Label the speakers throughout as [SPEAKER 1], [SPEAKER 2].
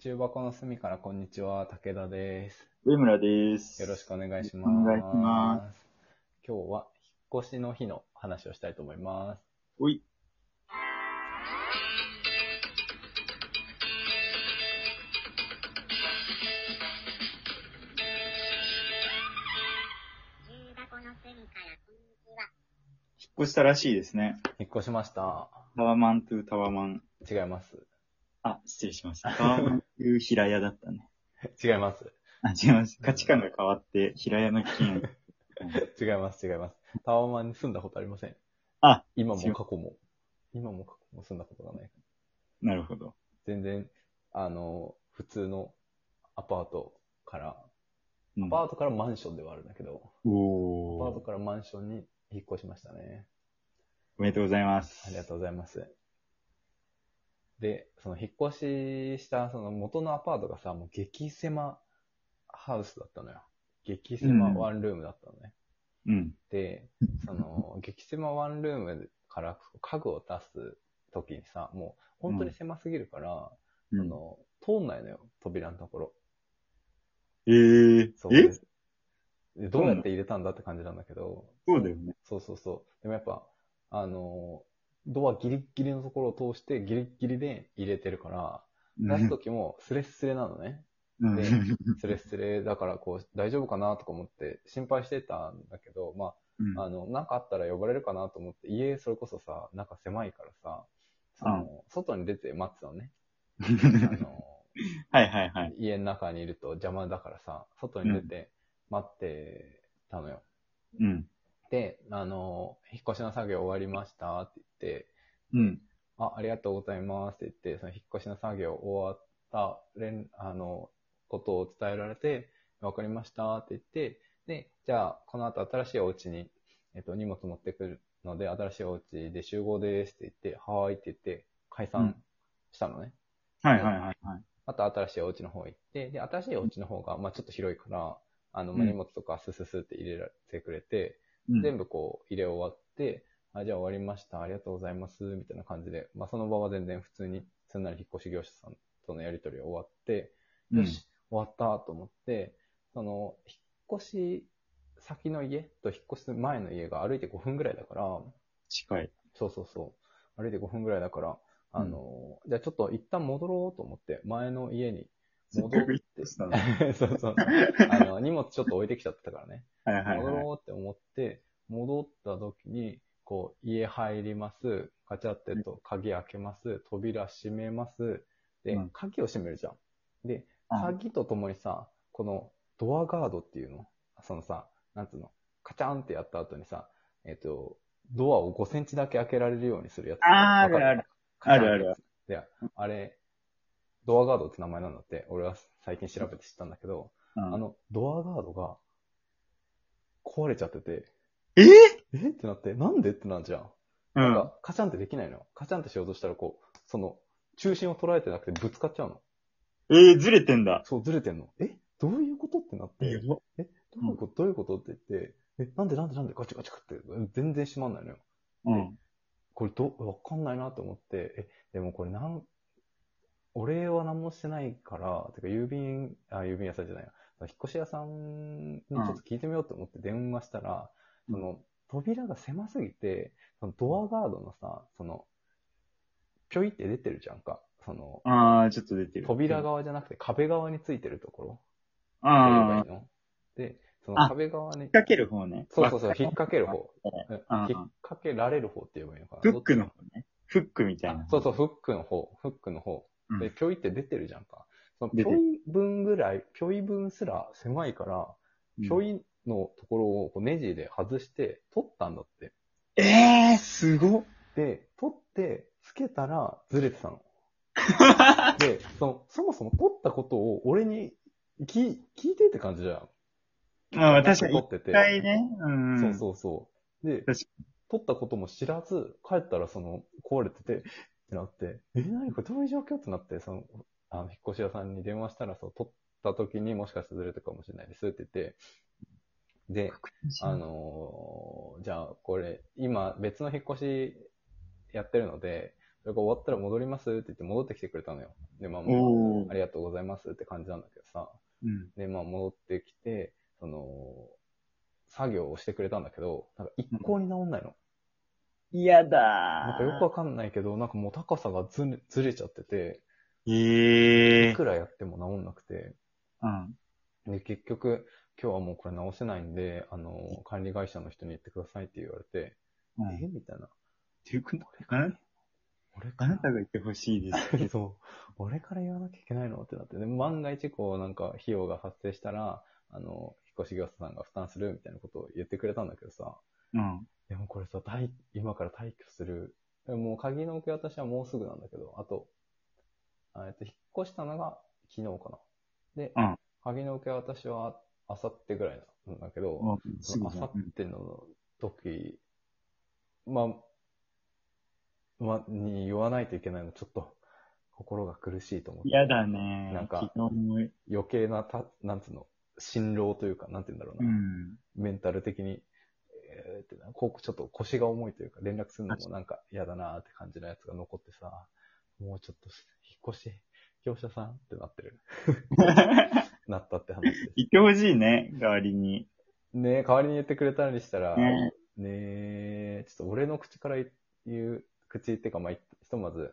[SPEAKER 1] 中箱の隅からこんにちは、武田です。
[SPEAKER 2] 上村です。
[SPEAKER 1] よろしくお願いします。。
[SPEAKER 2] お願いします
[SPEAKER 1] 今日は引っ越しの日の話をしたいと思います。
[SPEAKER 2] おい。
[SPEAKER 3] 重箱の隅からこんにちは。
[SPEAKER 2] 引っ越したらしいですね。
[SPEAKER 1] 引っ越しました。
[SPEAKER 2] タワマントゥタワマン。
[SPEAKER 1] 違います。
[SPEAKER 2] あ、失礼し ました。タワマントゥ平屋だったね。
[SPEAKER 1] 違います。
[SPEAKER 2] あ、違います。価値観が変わって、平屋 の金。
[SPEAKER 1] 違います、違います。タワマンに住んだことありません。
[SPEAKER 2] あ、
[SPEAKER 1] 今も
[SPEAKER 2] 違う
[SPEAKER 1] 過去も。今も過去も住んだことがない。
[SPEAKER 2] なるほど。
[SPEAKER 1] 全然、あの、普通のアパートから、
[SPEAKER 2] うん
[SPEAKER 1] アパートからマンションではあるんだけど、アパー
[SPEAKER 2] お
[SPEAKER 1] ト
[SPEAKER 2] ー。
[SPEAKER 1] からマンションに引っ越しましたね。
[SPEAKER 2] おめでとうございます。
[SPEAKER 1] ありがとうございます。で、その引っ越しした、その元のアパートがさ、もう激狭ハウスだったのよ。激狭ワンルームだったのね。
[SPEAKER 2] う。うん。
[SPEAKER 1] で、その、激狭ワンルームから家具を出すときにさ、もう本当に狭すぎるから、
[SPEAKER 2] う
[SPEAKER 1] あ
[SPEAKER 2] ん、
[SPEAKER 1] の、通んないのよ、扉のところ。
[SPEAKER 2] えー、
[SPEAKER 1] そう
[SPEAKER 2] え
[SPEAKER 1] でどうやって入れたんだって感じなんだけど、
[SPEAKER 2] そうだよね。
[SPEAKER 1] そうそうそう。でもやっぱ、あの、ドアギリッギリのところを通してギリッギリで入れてるから、出すときもスレスレなのね。
[SPEAKER 2] うん。
[SPEAKER 1] スレスレだからこう、大丈夫かなとか思って心配してたんだけど、ま
[SPEAKER 2] うん
[SPEAKER 1] あ、あの、なんかあったら呼ばれるかなと思って、家それこそさ、中狭いからさ、その、外に出て待ってたの ね。あの、
[SPEAKER 2] はいはいはい。
[SPEAKER 1] 家の中にいると邪魔だからさ、外に出て待ってたのよ。
[SPEAKER 2] うん。
[SPEAKER 1] で、あの、引っ越しの作業終わりましたって言って、
[SPEAKER 2] うん。
[SPEAKER 1] あ、ありがとうございますって言って、その引っ越しの作業終わった連、あの、ことを伝えられて、わかりましたって言って、で、じゃあ、この後新しいお家に、えっと、荷物持ってくるので、新しいお家で集合ですって言って、はーいって言って、解散したのね。
[SPEAKER 2] はいはいはいはい。
[SPEAKER 1] また新しいお家の方行って、で、新しいお家の方が、まあちょっと広いから、あの、まあ
[SPEAKER 2] うん
[SPEAKER 1] 荷物とかスススって入れられてくれて、
[SPEAKER 2] うん、
[SPEAKER 1] 全部こう入れ終わって、あ、じゃあ終わりました、ありがとうございます、みたいな感じで、まあその場は全然普通にすんなり引っ越し業者さんとのやり取りが終わって、
[SPEAKER 2] うん、
[SPEAKER 1] よし、終わったと思って、その、引っ越し先の家と引っ越す前の家が歩いて5分ぐらいだから、
[SPEAKER 2] 近い。
[SPEAKER 1] そうそうそう、歩いて5分ぐらいだから、あの、じゃあちょっと一旦戻ろうと思って、前の家 に戻って、
[SPEAKER 2] せ っかく引っ
[SPEAKER 1] そうそう、あの、荷物ちょっと置いてきちゃったからね。
[SPEAKER 2] はいはい
[SPEAKER 1] 戻
[SPEAKER 2] はい。
[SPEAKER 1] ろうって思って、戻った時に、こう、家入ります。ガチャってと、鍵開けます。扉閉めます。で
[SPEAKER 2] うん、
[SPEAKER 1] 鍵を閉めるじゃん。で、
[SPEAKER 2] うん
[SPEAKER 1] 鍵とともにさ、このドアガードっていうの、そのさ、なんつうの、カチャンってやった後にさ、えっ、と、ドアを5センチだけ開けられるようにするやつ。
[SPEAKER 2] あー
[SPEAKER 1] わか
[SPEAKER 2] あるある。
[SPEAKER 1] カチャン
[SPEAKER 2] あるあるある
[SPEAKER 1] で、あれ、ドアガードって名前なんだって、俺は最近調べて知ったんだけど、
[SPEAKER 2] うん
[SPEAKER 1] あの、ドアガードが壊れちゃってて、
[SPEAKER 2] えー
[SPEAKER 1] えってなって、なんでってなんじゃん。
[SPEAKER 2] う
[SPEAKER 1] なん
[SPEAKER 2] ん。
[SPEAKER 1] か、カチャンってできないのよ。カチャンってしようとしたら、こう、その、中心を捉えてなくてぶつかっちゃうの。
[SPEAKER 2] えー、ずれてんだ。
[SPEAKER 1] そう、ずれてんの。えどういうことってなって、どういうことどういうことって言って、え、なんでなんでなんでガチャガチャって、全然閉まんないのよ。
[SPEAKER 2] うん。
[SPEAKER 1] これど、わかんないなと思って、え、でもこれなん、お礼は何もしてないから、てか郵便、あ、郵便屋さんじゃないな、引っ越し屋さんにちょっと聞いてみようと思って電話したら、
[SPEAKER 2] うん
[SPEAKER 1] その、扉が狭すぎて、そのドアガードのさ、その、ぴょいって出てるじゃんか。その、
[SPEAKER 2] あー、ちょっと出てる。
[SPEAKER 1] 扉側じゃなくて壁側についてるところ。って言えばい
[SPEAKER 2] ああ、
[SPEAKER 1] いので、その
[SPEAKER 2] あ
[SPEAKER 1] 壁側に
[SPEAKER 2] 引っ、掛ける方ね。
[SPEAKER 1] そうそうそう、引っ
[SPEAKER 2] わか
[SPEAKER 1] 掛ける方。うん
[SPEAKER 2] あー
[SPEAKER 1] 引っ掛けられる方って言えばいいのかな。
[SPEAKER 2] フックの方ね。フックみたいな。
[SPEAKER 1] そうそう、フックの方、フックの方。
[SPEAKER 2] う
[SPEAKER 1] で、
[SPEAKER 2] ん
[SPEAKER 1] ぴょいって出てるじゃんか。そのぴ
[SPEAKER 2] 出て
[SPEAKER 1] ょ
[SPEAKER 2] る
[SPEAKER 1] い分ぐらい、ぴょい分すら狭いから、
[SPEAKER 2] うん
[SPEAKER 1] ぴょいのところをこうネジで外して取ったんだって。
[SPEAKER 2] えー、すごっ。
[SPEAKER 1] で、取って、つけたらずれて たの。で、その、そもそも取ったことを俺に聞い聞いてって感じじゃん。
[SPEAKER 2] まあ、確かに、
[SPEAKER 1] 取
[SPEAKER 2] 一
[SPEAKER 1] ってて。
[SPEAKER 2] 回ね。うん。
[SPEAKER 1] そうそうそう。で
[SPEAKER 2] 確かに、
[SPEAKER 1] 取ったことも知らず、帰ったらその、壊れてて、ってなって、え、何これどういう状況ってなって、その、あの、引っ越し屋さんに電話したら、そう、取った時にもしかしてずれたかもしれないですって言って、で、あのーじゃあこれ、今別の引っ越しやってるので、それが終わったら戻りますって言って戻ってきてくれたのよ。で、まあまあ、
[SPEAKER 2] おー
[SPEAKER 1] ありがとうございますって感じなんだけどさ。
[SPEAKER 2] うん。
[SPEAKER 1] で、まあ戻ってきて、その、作業をしてくれたんだけど、なんか一向に治んないの。
[SPEAKER 2] 嫌だ
[SPEAKER 1] なんかよくわかんないけど、なんかもう高さがずれずれちゃってて、
[SPEAKER 2] ええ
[SPEAKER 1] いくらやっても治んなくて、
[SPEAKER 2] うん。
[SPEAKER 1] で、結局、今日はもうこれ直せないんで、あの、管理会社の人に言ってくださいって言われて、
[SPEAKER 2] うん。
[SPEAKER 1] えみたいな。
[SPEAKER 2] ていうことあな
[SPEAKER 1] 俺か
[SPEAKER 2] あ
[SPEAKER 1] ら
[SPEAKER 2] なたが言ってほしいです。
[SPEAKER 1] そう。俺から言わなきゃいけないのってなって。で、万が一、こう、なんか、費用が発生したら、あの、引っ越し業者さんが負担するみたいなことを言ってくれたんだけどさ。
[SPEAKER 2] うん。
[SPEAKER 1] でもこれさ、退今から退去する。でももう鍵の受け渡しはもうすぐなんだけど、あと、あえっと、引っ越したのが昨日かな。で、
[SPEAKER 2] うん
[SPEAKER 1] 鍵の受け渡しは明後日ぐらいなんだけど、
[SPEAKER 2] あ
[SPEAKER 1] そ
[SPEAKER 2] す
[SPEAKER 1] の
[SPEAKER 2] ぐ
[SPEAKER 1] あ
[SPEAKER 2] じゃ
[SPEAKER 1] さ
[SPEAKER 2] ん。うん
[SPEAKER 1] っての時、まあ、ま、に言わないといけないの、ちょっと、心が苦しいと思って。
[SPEAKER 2] 嫌だね。
[SPEAKER 1] なんか
[SPEAKER 2] 昨日も、
[SPEAKER 1] 余計な、た、なんつうの、辛労というか、なんて言うんだろう
[SPEAKER 2] う
[SPEAKER 1] な、
[SPEAKER 2] ん。
[SPEAKER 1] メンタル的に、えーってな、こう、ちょっと腰が重いというか、連絡するのもなんか嫌だなーって感じのやつが残ってさ、もうちょっと、引っ越し、業者さんってなってる。 なったって話です。
[SPEAKER 2] 言ってほし いね、代わりに。
[SPEAKER 1] ねえ、代わりに言ってくれたりしたら、
[SPEAKER 2] ね
[SPEAKER 1] ねえ、ちょっと俺の口から言う、口っていうか、まあ、ひとまず、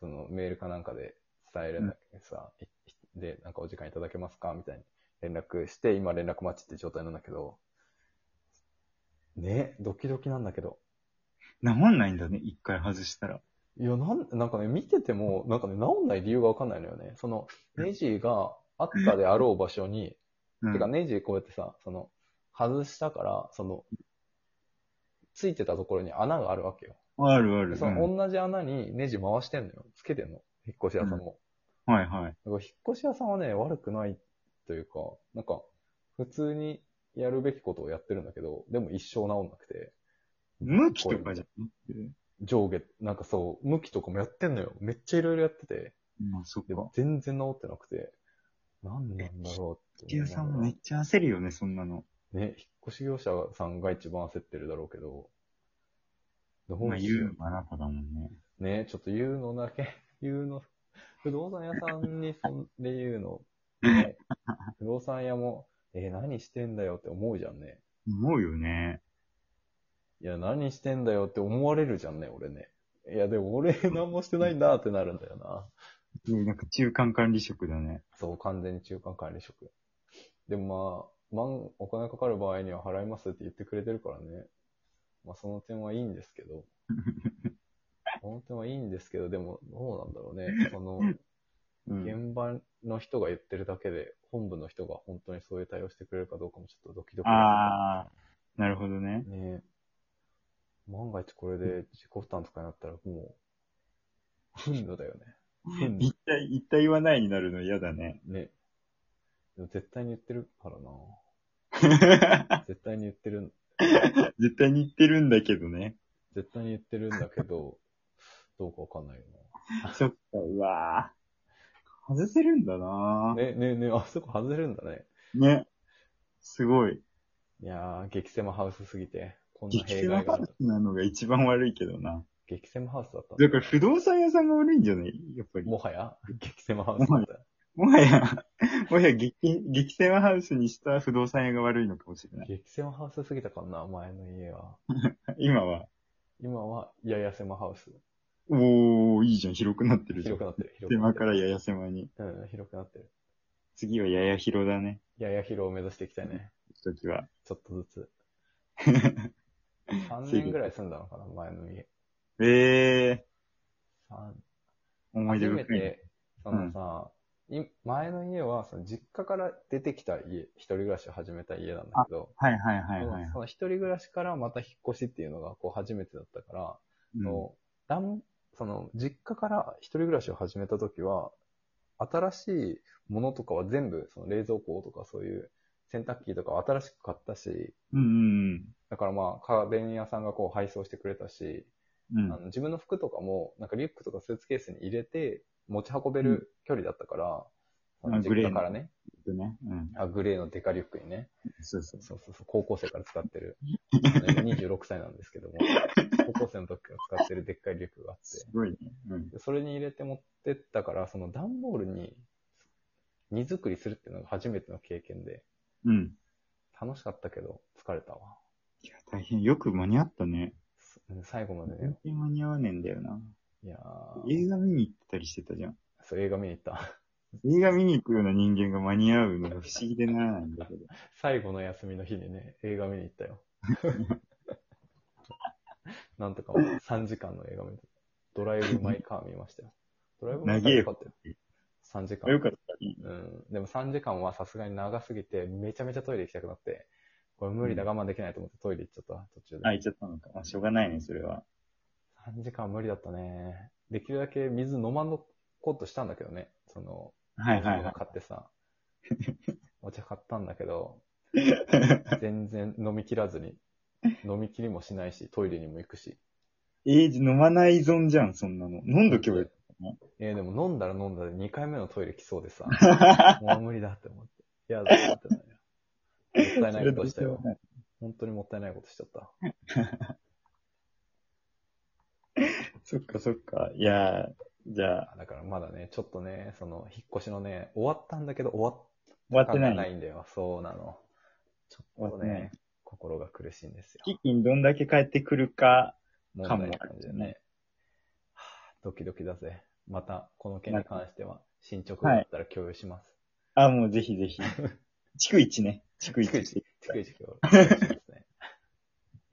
[SPEAKER 1] そのメールかなんかで伝えるんだけどさ、いで、なんかお時間いただけますかみたいに連絡して、今連絡待ちって状態なんだけど、ねえ、ドキドキなんだけど。
[SPEAKER 2] 治んないんだね、一回外したら。
[SPEAKER 1] いや、なん、なんかね、見てても、なんかね、治んない理由がわかんないのよね。その、ネジがあったであろう場所に、
[SPEAKER 2] うん
[SPEAKER 1] てか、ネジこうやってさ、その、外したから、その、ついてたところに穴があるわけよ。
[SPEAKER 2] あるあ
[SPEAKER 1] で
[SPEAKER 2] る。
[SPEAKER 1] そ
[SPEAKER 2] うん
[SPEAKER 1] の同じ穴にネジ回してんのよ。つけてんの。引っ越し屋さんも。
[SPEAKER 2] はいはい。
[SPEAKER 1] だから引っ越し屋さんはね、悪くないというか、なんか、普通にやるべきことをやってるんだけど、でも一生治んなくて。
[SPEAKER 2] 向きとかじゃなくて。
[SPEAKER 1] 上下、なんかそう、向きとかもやってんのよ。めっちゃいろいろやってて。
[SPEAKER 2] まあ、そっ
[SPEAKER 1] で
[SPEAKER 2] か。
[SPEAKER 1] 全然治ってなくて。なんなんだろうって
[SPEAKER 2] 池
[SPEAKER 1] 思いな
[SPEAKER 2] 田さ
[SPEAKER 1] がら。
[SPEAKER 2] んもめっちゃ焦るよね、そんなの。
[SPEAKER 1] ね、引っ越し業者さんが一番焦ってるだろうけど、ど
[SPEAKER 2] まあ、
[SPEAKER 1] うし
[SPEAKER 2] 言
[SPEAKER 1] よ
[SPEAKER 2] うのあなただもんね。
[SPEAKER 1] う。ね、ちょっと言うのだけ、 言うの、不動産屋さんにそんで言うの、 ね、不動産屋も、えー何してんだよって思うじゃんね。
[SPEAKER 2] 思うよね。
[SPEAKER 1] いや、何してんだよって思われるじゃんね、俺ね。いや、でも俺何もしてないんだってなるんだよな。
[SPEAKER 2] うんなんか中間管理職だね。
[SPEAKER 1] そう、完全に中間管理職。でもまあ、万、お金かかる場合には払いますって言ってくれてるからね。まあ、その点はいいんですけ ど。その点はいいんですけど、でも、どうなんだろうね。その、
[SPEAKER 2] うん。
[SPEAKER 1] 現場の人が言ってるだけで、本部の人が本当にそういう対応してくれるかどうかもちょっとドキドキ
[SPEAKER 2] ああ、なるほどね。
[SPEAKER 1] ねえ万が一これで自己負担とかになったら、もう、頻度だよね。頻度
[SPEAKER 2] 一体、一体言わないになるの嫌だね。
[SPEAKER 1] ね。でも絶対に言ってるからな。絶対に言ってる、
[SPEAKER 2] 絶対に言ってるんだけどね。
[SPEAKER 1] 絶対に言ってるんだけど、 どうかわかんないよ
[SPEAKER 2] そっか、うわぁ。外せるんだ
[SPEAKER 1] な。
[SPEAKER 2] な
[SPEAKER 1] ね、ね、ね、あそこ外れるんだね。
[SPEAKER 2] ぁ。ね。すごい。
[SPEAKER 1] いやー、激狭ハウスすぎて、こんな
[SPEAKER 2] 激
[SPEAKER 1] 弊
[SPEAKER 2] 狭
[SPEAKER 1] 害が
[SPEAKER 2] ハ
[SPEAKER 1] ある
[SPEAKER 2] ウ。スなのが一番悪いけどな。
[SPEAKER 1] 激狭ハウスだったんだ
[SPEAKER 2] だから不動産屋さんが悪いんじゃないやっぱり。
[SPEAKER 1] もはや、激狭ハウスだった。
[SPEAKER 2] もはや、 もはや激、激狭ハウスにした不動産屋が悪いのかもしれない。
[SPEAKER 1] 激狭ハウスすぎたかな、前の家は。
[SPEAKER 2] 今は、
[SPEAKER 1] 今は、やや狭ハウス。
[SPEAKER 2] おー、いいじゃん、広くなってるじゃん。
[SPEAKER 1] 広くなってる。広くな
[SPEAKER 2] 狭
[SPEAKER 1] って
[SPEAKER 2] か
[SPEAKER 1] る。
[SPEAKER 2] らやや狭に。
[SPEAKER 1] うん、広くなってる。
[SPEAKER 2] 次はやや広だね、
[SPEAKER 1] やや広を目指していきたいね。
[SPEAKER 2] 時は。
[SPEAKER 1] ちょっとずつ。3年ぐらい住んだのかな、前の家。
[SPEAKER 2] え
[SPEAKER 1] 三
[SPEAKER 2] ー、思い出
[SPEAKER 1] 初め
[SPEAKER 2] 深いね。
[SPEAKER 1] て、そのさ、い前の家は、その実家から出てきた家、一人暮らしを始めた家なんだけど、
[SPEAKER 2] はいはいはいはい
[SPEAKER 1] その。その一人暮らしからまた引っ越しっていうのがこう初めてだったから、
[SPEAKER 2] うん
[SPEAKER 1] そのだんその実家から一人暮らしを始めた時は、新しいものとかは全部、その冷蔵庫とかそういう洗濯機とかは新しく買ったし、
[SPEAKER 2] うん
[SPEAKER 1] だからまあ家電屋さんがこう配送してくれたし、
[SPEAKER 2] うんうん。
[SPEAKER 1] あ
[SPEAKER 2] う
[SPEAKER 1] の
[SPEAKER 2] ん
[SPEAKER 1] 自分の服とかも、なんかリュックとかスーツケースに入れて持ち運べる距離だったから、
[SPEAKER 2] ん
[SPEAKER 1] あの
[SPEAKER 2] あグレー
[SPEAKER 1] 実
[SPEAKER 2] の
[SPEAKER 1] 家からね、
[SPEAKER 2] 服ね。うん。
[SPEAKER 1] あ、グレーのデカリュックにね。
[SPEAKER 2] そうそう。
[SPEAKER 1] そうそうそう、高校生から使って る。26歳なんですけども、高校生の時から使ってるでっかいリュックがあって
[SPEAKER 2] す。ごいね。うん。
[SPEAKER 1] でそれに入れて持ってったから、その段ボールに荷造りするっていうのが初めての経験で、
[SPEAKER 2] うん。
[SPEAKER 1] 楽しかったけど疲れたわ。
[SPEAKER 2] いや、大変。よく間に合ったね。
[SPEAKER 1] すうん最後まで
[SPEAKER 2] 全
[SPEAKER 1] ね。
[SPEAKER 2] 然間に合わねえんだよな。
[SPEAKER 1] いやー
[SPEAKER 2] 映画見に行ったりしてたじゃん。
[SPEAKER 1] そう、映画見に行った。
[SPEAKER 2] 映画見に行くような人間が間に合うのが不思議でならないんだけど。
[SPEAKER 1] 最後の休みの日にね、映画見に行ったよ。 なんとかもう3時間の映画見て、ドライブ・マイ・カー見ましたよ。ドライブ・マイ・カー良かったよ。3時間。
[SPEAKER 2] よかったね。
[SPEAKER 1] うん。でも3時間はさすがに長すぎて、めちゃめちゃトイレ行きたくなって、これ無理だ、
[SPEAKER 2] うん
[SPEAKER 1] 我慢できないと思ってトイレ行っちゃった、途中で。
[SPEAKER 2] あ、行っちゃったのか。まあ、しょうがないね、それは。
[SPEAKER 1] 3時間は無理だったね。できるだけ水飲まんのことしたんだけどね。その、
[SPEAKER 2] はいはい
[SPEAKER 1] お
[SPEAKER 2] は
[SPEAKER 1] 茶買
[SPEAKER 2] い。
[SPEAKER 1] って さ、お茶買ったんだけど、全然飲み切らずに、飲み切りもしないし、トイレにも行くし。
[SPEAKER 2] えー、飲まない依存じゃん、そんなの。飲んどけばよ
[SPEAKER 1] えー、でも飲んだら飲んだで2回目のトイレ来そうで さ、もう無理だって思って。嫌だって思ってたのよ。もったいないことしたよ。本当にもったいないことしちゃった。
[SPEAKER 2] そっかそっか。いやー、じゃあ、
[SPEAKER 1] だからまだね、ちょっとね、その、引っ越しのね、終わったんだけど、終わっ
[SPEAKER 2] 終わってな。
[SPEAKER 1] 感がないいんだよ。そうなの。ちょっ
[SPEAKER 2] 終わっ
[SPEAKER 1] と
[SPEAKER 2] てない
[SPEAKER 1] ね、心が苦しいんですよ。
[SPEAKER 2] 基金どんだけ帰ってくるか。
[SPEAKER 1] 問
[SPEAKER 2] か
[SPEAKER 1] 題
[SPEAKER 2] も
[SPEAKER 1] な感じでね。はあドキドキだぜ。また、この件に関しては、進捗があったら共有します。
[SPEAKER 2] あ、もうぜひぜ ひ。逐一ね。逐
[SPEAKER 1] 逐
[SPEAKER 2] 一
[SPEAKER 1] 一。逐一共有しま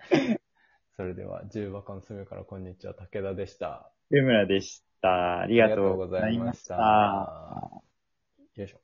[SPEAKER 1] すね。 それでは、重箱の隅からこんにちは、武田でした。
[SPEAKER 2] 上村でした。ありがとうございました。
[SPEAKER 1] ありがとうございましたよいしょ。